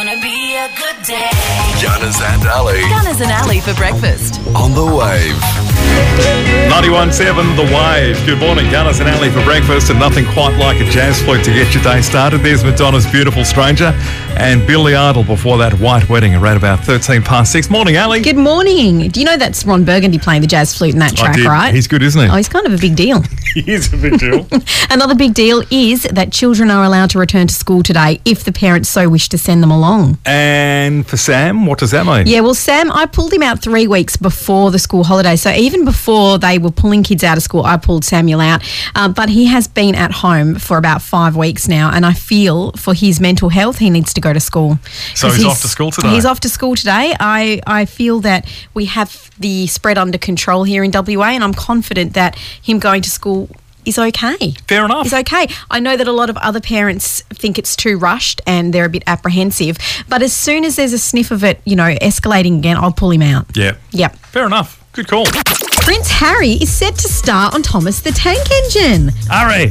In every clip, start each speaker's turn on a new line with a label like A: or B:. A: a good day.
B: Gunners and Ali
C: Gunners and Alley for breakfast.
B: on the wave.
D: 91.7 The Wave. Good morning, Gunners and Ali for breakfast, and nothing quite like a jazz flute to get your day started. There's Madonna's Beautiful Stranger and Billy Idol before that White Wedding at around about 13 past 6. Morning, Ali.
E: Good morning. Do you know that's Ron Burgundy playing the jazz flute in that
D: I
E: track,
D: did.
E: right?
D: He's good, isn't he?
E: oh, he's kind of a big deal.
D: he is a big deal.
E: Another big deal is that children are allowed to return to school today if the parents so wish to send them along.
D: and for Sam, what does that mean?
E: Yeah, well, Sam, I pulled him out three weeks before the school holiday. So even before they were pulling kids out of school, I pulled Samuel out. Uh, but he has been at home for about five weeks now. And I feel for his mental health, he needs to go to school.
D: So
E: 'Cause
D: he's off to school today?
E: He's off to school today. I, I feel that we have the spread under control here in WA. And I'm confident that him going to school is okay
D: Fair enough.
E: is okay. I know that a lot of other parents think it's too rushed and they're a bit apprehensive. But as soon as there's a sniff of it, you know, escalating again, I'll pull him out.
D: yeah.
E: Yep.
D: Fair enough. Good call.
E: Prince Harry is set to star on Thomas the Tank Engine.
D: Ari.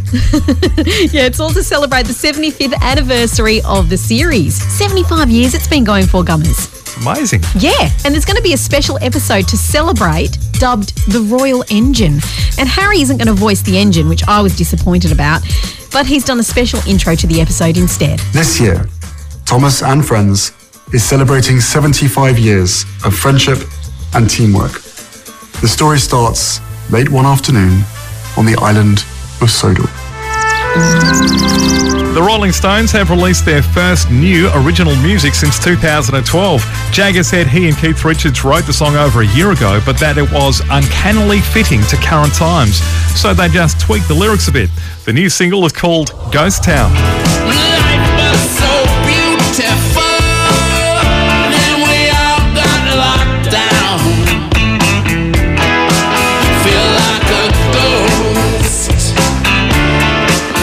E: Yeah, it's all to celebrate the 75th anniversary of the series. 75 years it's been going for, Gummers.
D: Amazing.
E: Yeah, and there's going to be a special episode to celebrate dubbed The Royal Engine. And Harry isn't going to voice the engine, which I was disappointed about, but he's done a special intro to the episode instead.
F: This year, Thomas and Friends is celebrating 75 years of friendship and teamwork. The story starts late one afternoon on the island of Sodor.
D: The Rolling Stones have released their first new original music since 2012. Jagger said he and Keith Richards wrote the song over a year ago, but that it was uncannily fitting to current times, so they just tweaked the lyrics a bit. The new single is called Ghost Town.
G: Life was so beautiful, and we all got locked down. Feel like a ghost,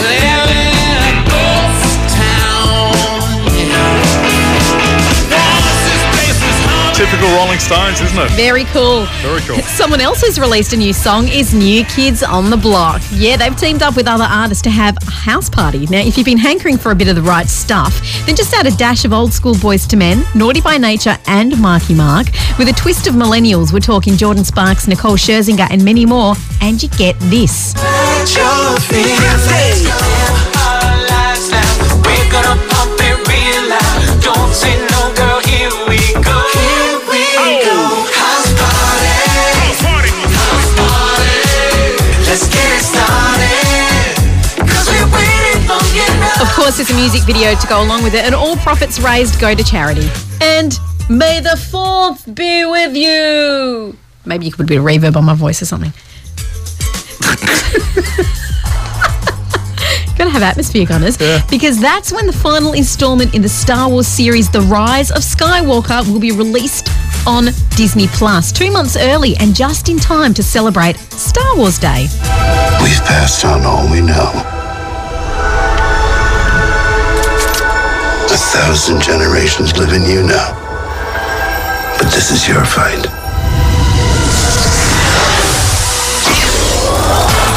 G: living in a ghost town. This place is haunted.
D: Typical Rolling Stones, isn't it?
E: Very cool.
D: Very cool.
E: Someone else who's released a new song is New Kids on the Block. Yeah, they've teamed up with other artists to have a house party. Now, if you've been hankering for a bit of the right stuff, then just add a dash of old school boys to men, Naughty by Nature and Marky Mark, with a twist of millennials. We're talking Jordan Sparks, Nicole Scherzinger, and many more. And you get this. Of course, there's a music video to go along with it, and all profits raised go to charity. And may the fourth be with you. Maybe you could put a bit of reverb on my voice or something. Gotta have atmosphere, Gunners. Because that's when the final installment in the Star Wars series, The Rise of Skywalker, will be released on Disney Plus, two months early and just in time to celebrate Star Wars Day.
H: We've passed on all we know. A thousand generations live in you now. But this is your fight.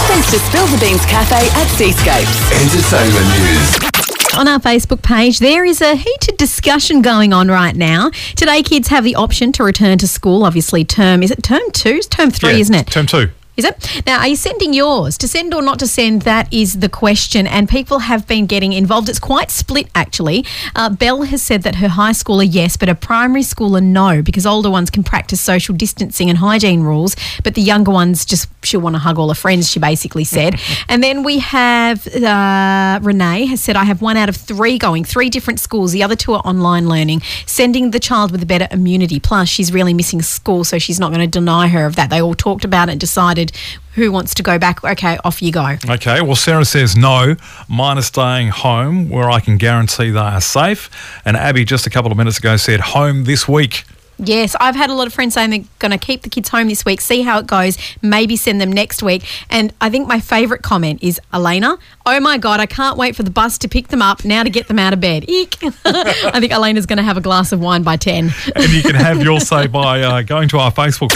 C: Thanks to Spill the Beans Cafe at Seascapes.
B: Entertainment news.
E: on our Facebook page, there is a heated discussion going on right now. Today, kids have the option to return to school. Obviously, term is it term two? It's term three,
D: Yeah,
E: isn't it?
D: Term two.
E: Is it? Now, are you sending yours? To send or not to send, that is the question. And people have been getting involved. It's quite split, actually. Uh, Belle has said that her high schooler, yes, but a primary schooler, no, because older ones can practice social distancing and hygiene rules, but the younger ones just, she'll want to hug all her friends, she basically said. and then we have uh, Renee has said, I have one out of three going, three different schools. The other two are online learning, sending the child with a better immunity. Plus, she's really missing school, so she's not going to deny her of that. They all talked about it and decided who wants to go back. Okay, off you go.
D: Okay, well, Sarah says no. Mine are staying home where I can guarantee they are safe. And Abby, just a couple of minutes ago, said home this week.
E: Yes, I've had a lot of friends saying they're going to keep the kids home this week, see how it goes, maybe send them next week. And I think my favourite comment is Elena, oh my God, I can't wait for the bus to pick them up now to get them out of bed. Eek. I think Elena's going to have a glass of wine by 10.
D: And you can have your say by uh, going to our Facebook.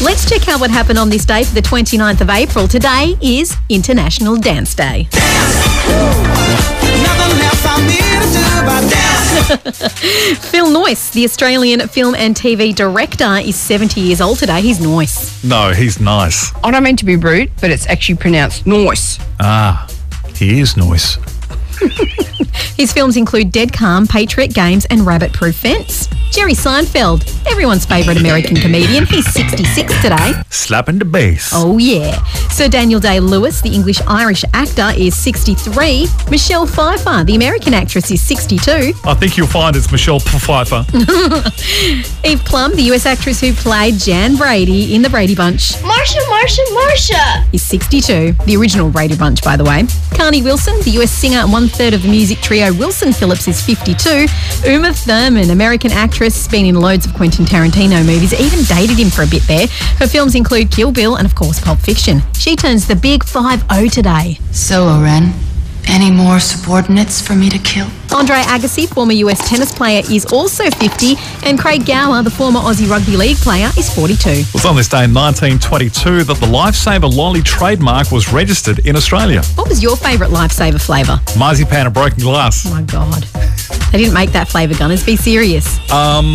E: Let's check out what happened on this day for the 29th of April. Today is International Dance Day.
G: Nothing else I need to do but dance.
E: Phil Noyce, the Australian film and TV director, is 70 years old today. He's Noyce.
D: No, he's nice.
A: I don't mean to be rude, but it's actually pronounced noise.
D: Ah, he is nice.
E: His films include Dead Calm, Patriot Games, and Rabbit Proof Fence. Jerry Seinfeld, everyone's favourite American comedian, he's 66 today.
D: Slapping the bass.
E: Oh, yeah. Sir Daniel Day Lewis, the English Irish actor, is 63. Michelle Pfeiffer, the American actress, is 62.
D: I think you'll find it's Michelle Pfeiffer.
E: Eve Plum, the US actress who played Jan Brady in The Brady Bunch,
I: Marsha, Marsha, Marsha!
E: is 62. The original Brady Bunch, by the way. Carney Wilson, the US singer and one third of the music trio Wilson Phillips, is 52. Uma Thurman, American actress, been in loads of Quentin Tarantino movies, even dated him for a bit there. Her films include Kill Bill and, of course, Pulp Fiction. She turns the big 5 0 today.
J: So, Oren, any more subordinates for me to kill?
E: Andre Agassi, former US tennis player, is also 50, and Craig Gower, the former Aussie Rugby League player, is 42.
D: It was on this day in 1922 that the Lifesaver lolly trademark was registered in Australia.
E: What was your favourite lifesaver flavour?
D: Marzipan and broken glass.
E: Oh my god. They didn't make that flavour gunners. Be serious.
D: Um,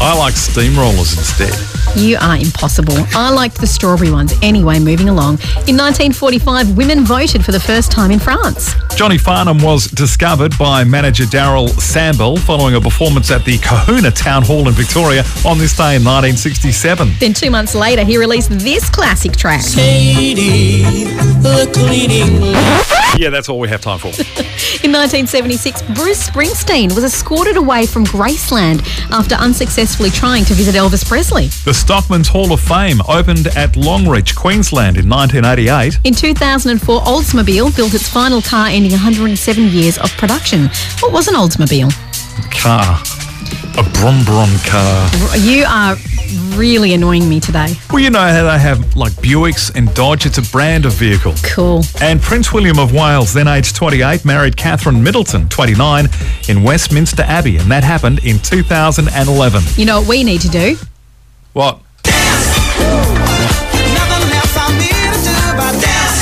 D: I like steamrollers instead.
E: You are impossible. I liked the strawberry ones. Anyway, moving along. In 1945, women voted for the first time in France.
D: Johnny Farnham was discovered by manager Daryl Sambell following a performance at the Kahuna Town Hall in Victoria on this day in 1967.
E: Then two months later, he released this classic track.
G: Katie, the cleaning
D: Yeah, that's all we have time for.
E: In 1976, Bruce Springsteen was escorted away from Graceland after unsuccessfully trying to visit Elvis Presley.
D: the Stockman's Hall of Fame opened at Longreach, Queensland in 1988.
E: In 2004, Oldsmobile built its final car ending 107 years of production. What was an Oldsmobile?
D: Car. A brum brum car.
E: You are really annoying me today.
D: Well, you know how they have like Buicks and Dodge. It's a brand of vehicle.
E: Cool.
D: And Prince William of Wales, then aged 28, married Catherine Middleton, 29, in Westminster Abbey, and that happened in 2011.
E: You know what we need to do?
D: What?
G: Nothing else I need to do but dance.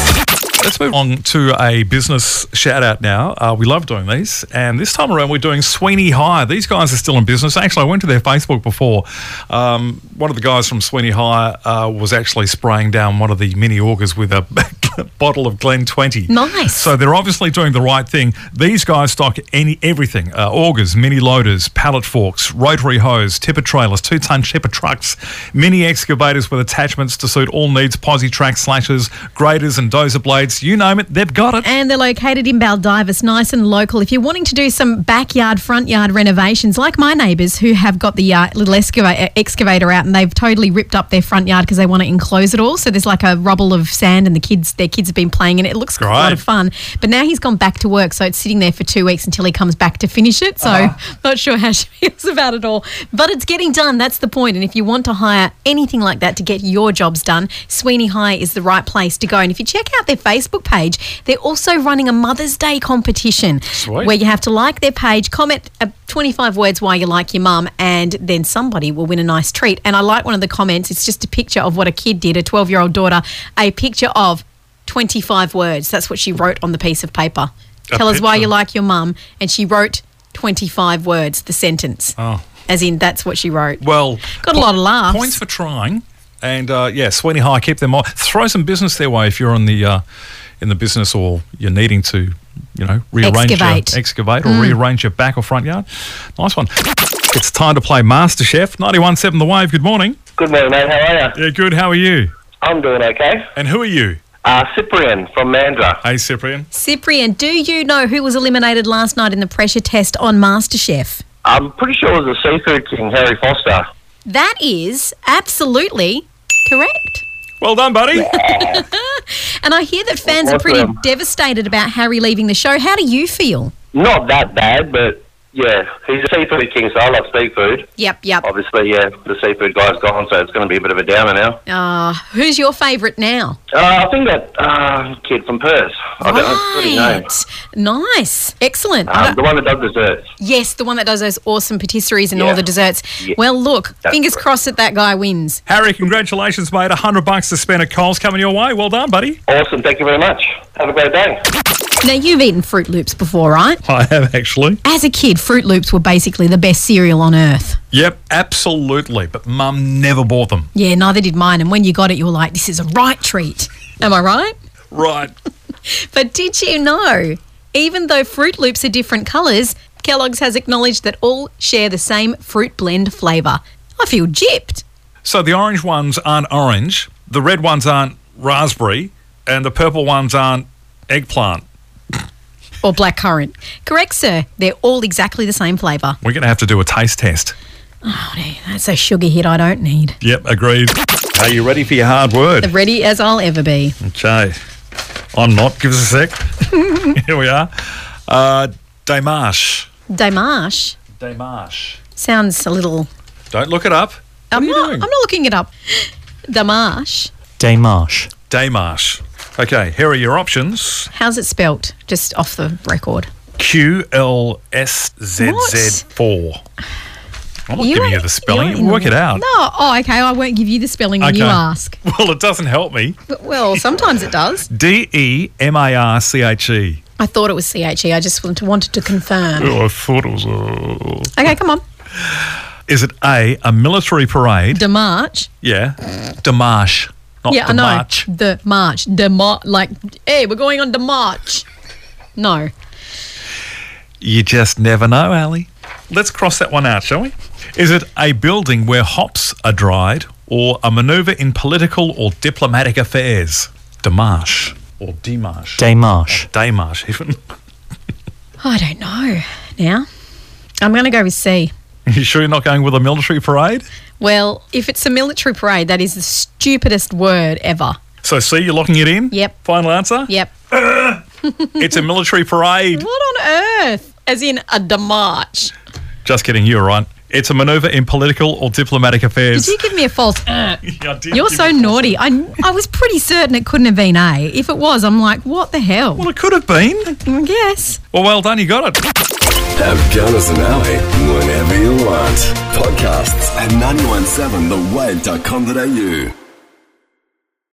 D: Let's move on to a business shout out now. Uh, we love doing these. And this time around, we're doing Sweeney High. These guys are still in business. Actually, I went to their Facebook before. Um, one of the guys from Sweeney High uh, was actually spraying down one of the mini augers with a bottle of Glen 20.
E: Nice.
D: So they're obviously doing the right thing. These guys stock any everything uh, augers, mini loaders, pallet forks, rotary hoes, tipper trailers, two ton tipper trucks, mini excavators with attachments to suit all needs, posi track slashers, graders, and dozer blades. You name it, they've got it.
E: And they're located in Baldivis, nice and local. If you're wanting to do some backyard, front yard renovations, like my neighbours who have got the uh, little excava- excavator out and they've totally ripped up their front yard because they want to enclose it all. So there's like a rubble of sand, and the kids, their kids have been playing in it. It looks a lot
D: Great.
E: of fun. But now he's gone back to work, so it's sitting there for two weeks until he comes back to finish it. So not sure how she feels about it all, but it's getting done. That's the point. And if you want to hire anything like that to get your jobs done, Sweeney High is the right place to go. And if you check out their Facebook page, they're also running a Mother's Day competition
D: Sweet.
E: where you have to like their page, comment uh, 25 words why you like your mum, and then somebody will win a nice treat. And I like one of the comments. It's just a picture of what a kid did, a 12 year old daughter, a picture of 25 words. That's what she wrote on the piece of paper.
D: A
E: Tell us why
D: picture.
E: you like your mum. And she wrote 25 words, the sentence.
D: Oh.
E: As in, that's what she wrote.
D: Well,
E: Got a lot of laughs.
D: Points for trying. And uh, yeah, Sweeney High, keep them on. Throw some business their way if you're on the uh, in the business or you're needing to, you know, rearrange
E: Excavate.
D: your excavate or rearrange your back or front yard. Nice one. It's time to play MasterChef. 91.7 The Wave. Good morning.
K: Good morning, mate. How are you?
D: Yeah, good. How are you?
K: I'm doing okay.
D: And who are you?
K: Uh, Cyprian from Mandra.
D: Hey, Cyprian.
E: Cyprian, do you know who was eliminated last night in the pressure test on MasterChef?
K: I'm pretty sure it was the seafood king, Harry Foster.
E: That is absolutely correct.
D: Well done, buddy.
E: And I hear that fans are pretty
K: Awesome.
E: devastated about Harry leaving the show. How do you feel?
K: Not that bad, but yeah, he's a seafood king, so I love seafood.
E: Yep, yep.
K: Obviously, yeah, the seafood guy's gone, so it's going to be a bit of a downer now.
E: Uh, who's your favourite now?
K: Uh, I think that uh, kid from Perth. I don't know what his name.
E: Right. Nice. Excellent. I
K: Um,
E: don't-
K: the one that does desserts.
E: Yes, the one that does those awesome patisseries and
K: Yeah.
E: all the desserts.
K: Yeah.
E: Well, look,
K: That's
E: fingers
K: correct.
E: crossed that that guy wins.
D: Harry, congratulations, mate. 100 bucks to spend at Coles coming your way. Well done, buddy.
K: Awesome. Thank you very much. Have a great day.
E: Now, you've eaten Fruit Loops before, right?
D: I have actually.
E: As a kid, Fruit Loops were basically the best cereal on earth.
D: Yep, absolutely. But mum never bought them.
E: Yeah, neither did mine. And when you got it, you were like, this is a right treat. Am I right?
D: Right.
E: But did you know, even though Fruit Loops are different colours, Kellogg's has acknowledged that all share the same fruit blend flavour. I feel gypped.
D: So the orange ones aren't orange, the red ones aren't raspberry, and the purple ones aren't eggplant.
E: Or blackcurrant. Correct, sir. They're all exactly the same flavour.
D: We're going to have to do a taste test.
E: Oh, dear, that's a sugar hit I don't need.
D: Yep, agreed. Are you ready for your hard word?
E: Ready as I'll ever be.
D: Okay. I'm not. Give us a sec. Here we are. Uh, Démarche.
E: Démarche
D: Démarche.
E: sounds a little.
D: Don't look it up.
E: I'm
D: you
E: not.
D: doing?
E: I'm not looking it up. Démarche.
L: Démarche.
D: Démarche. Okay, here are your options.
E: How's it spelt? Just off the record.
D: Q L S Z Z 4. I'm not
E: You
D: giving
E: ain't-
D: you the spelling.
E: ain't in
D: Work
E: the-
D: it out.
E: No. Oh, okay. I won't give you the spelling when you
D: Okay.
E: ask.
D: Well, it doesn't help me.
E: But, well, sometimes it does.
D: D E M A R C H E.
E: I thought it was CHE. I just want- wanted to confirm.
D: Oh, I thought it was. Uh...
E: Okay, come on.
D: Is it A, a military parade?
E: Demarche.
D: yeah. Démarche. Not
E: yeah, I know.
D: Demarche.
E: The march. The march. Like, hey, we're going on the march. No.
D: You just never know, Ali. Let's cross that one out, shall we? Is it a building where hops are dried or a maneuver in political or diplomatic affairs? Démarche or Dimash.
L: Démarche.
D: Démarche, even.
E: I don't know. Now, I'm going to go with C.
D: you sure you're not going with a military parade?
E: Well, if it's a military parade, that is the stupidest word ever.
D: So, C, you're locking it in?
E: Yep.
D: Final answer?
E: Yep.
D: It's a military parade.
E: What on earth? As in a demarche.
D: Just kidding, you're right. It's a maneuver in political or diplomatic affairs.
E: Did you give me a false? uh?
D: Yeah, I did
E: You're
D: give
E: so
D: it-
E: naughty. I, I was pretty certain it couldn't have been A. If it was, I'm like, what the hell?
D: Well, it could have been.
E: I guess.
D: Well, well done, you got it.
B: Have Gunners and Ali whenever you want. Podcasts at 917thewave.com.au.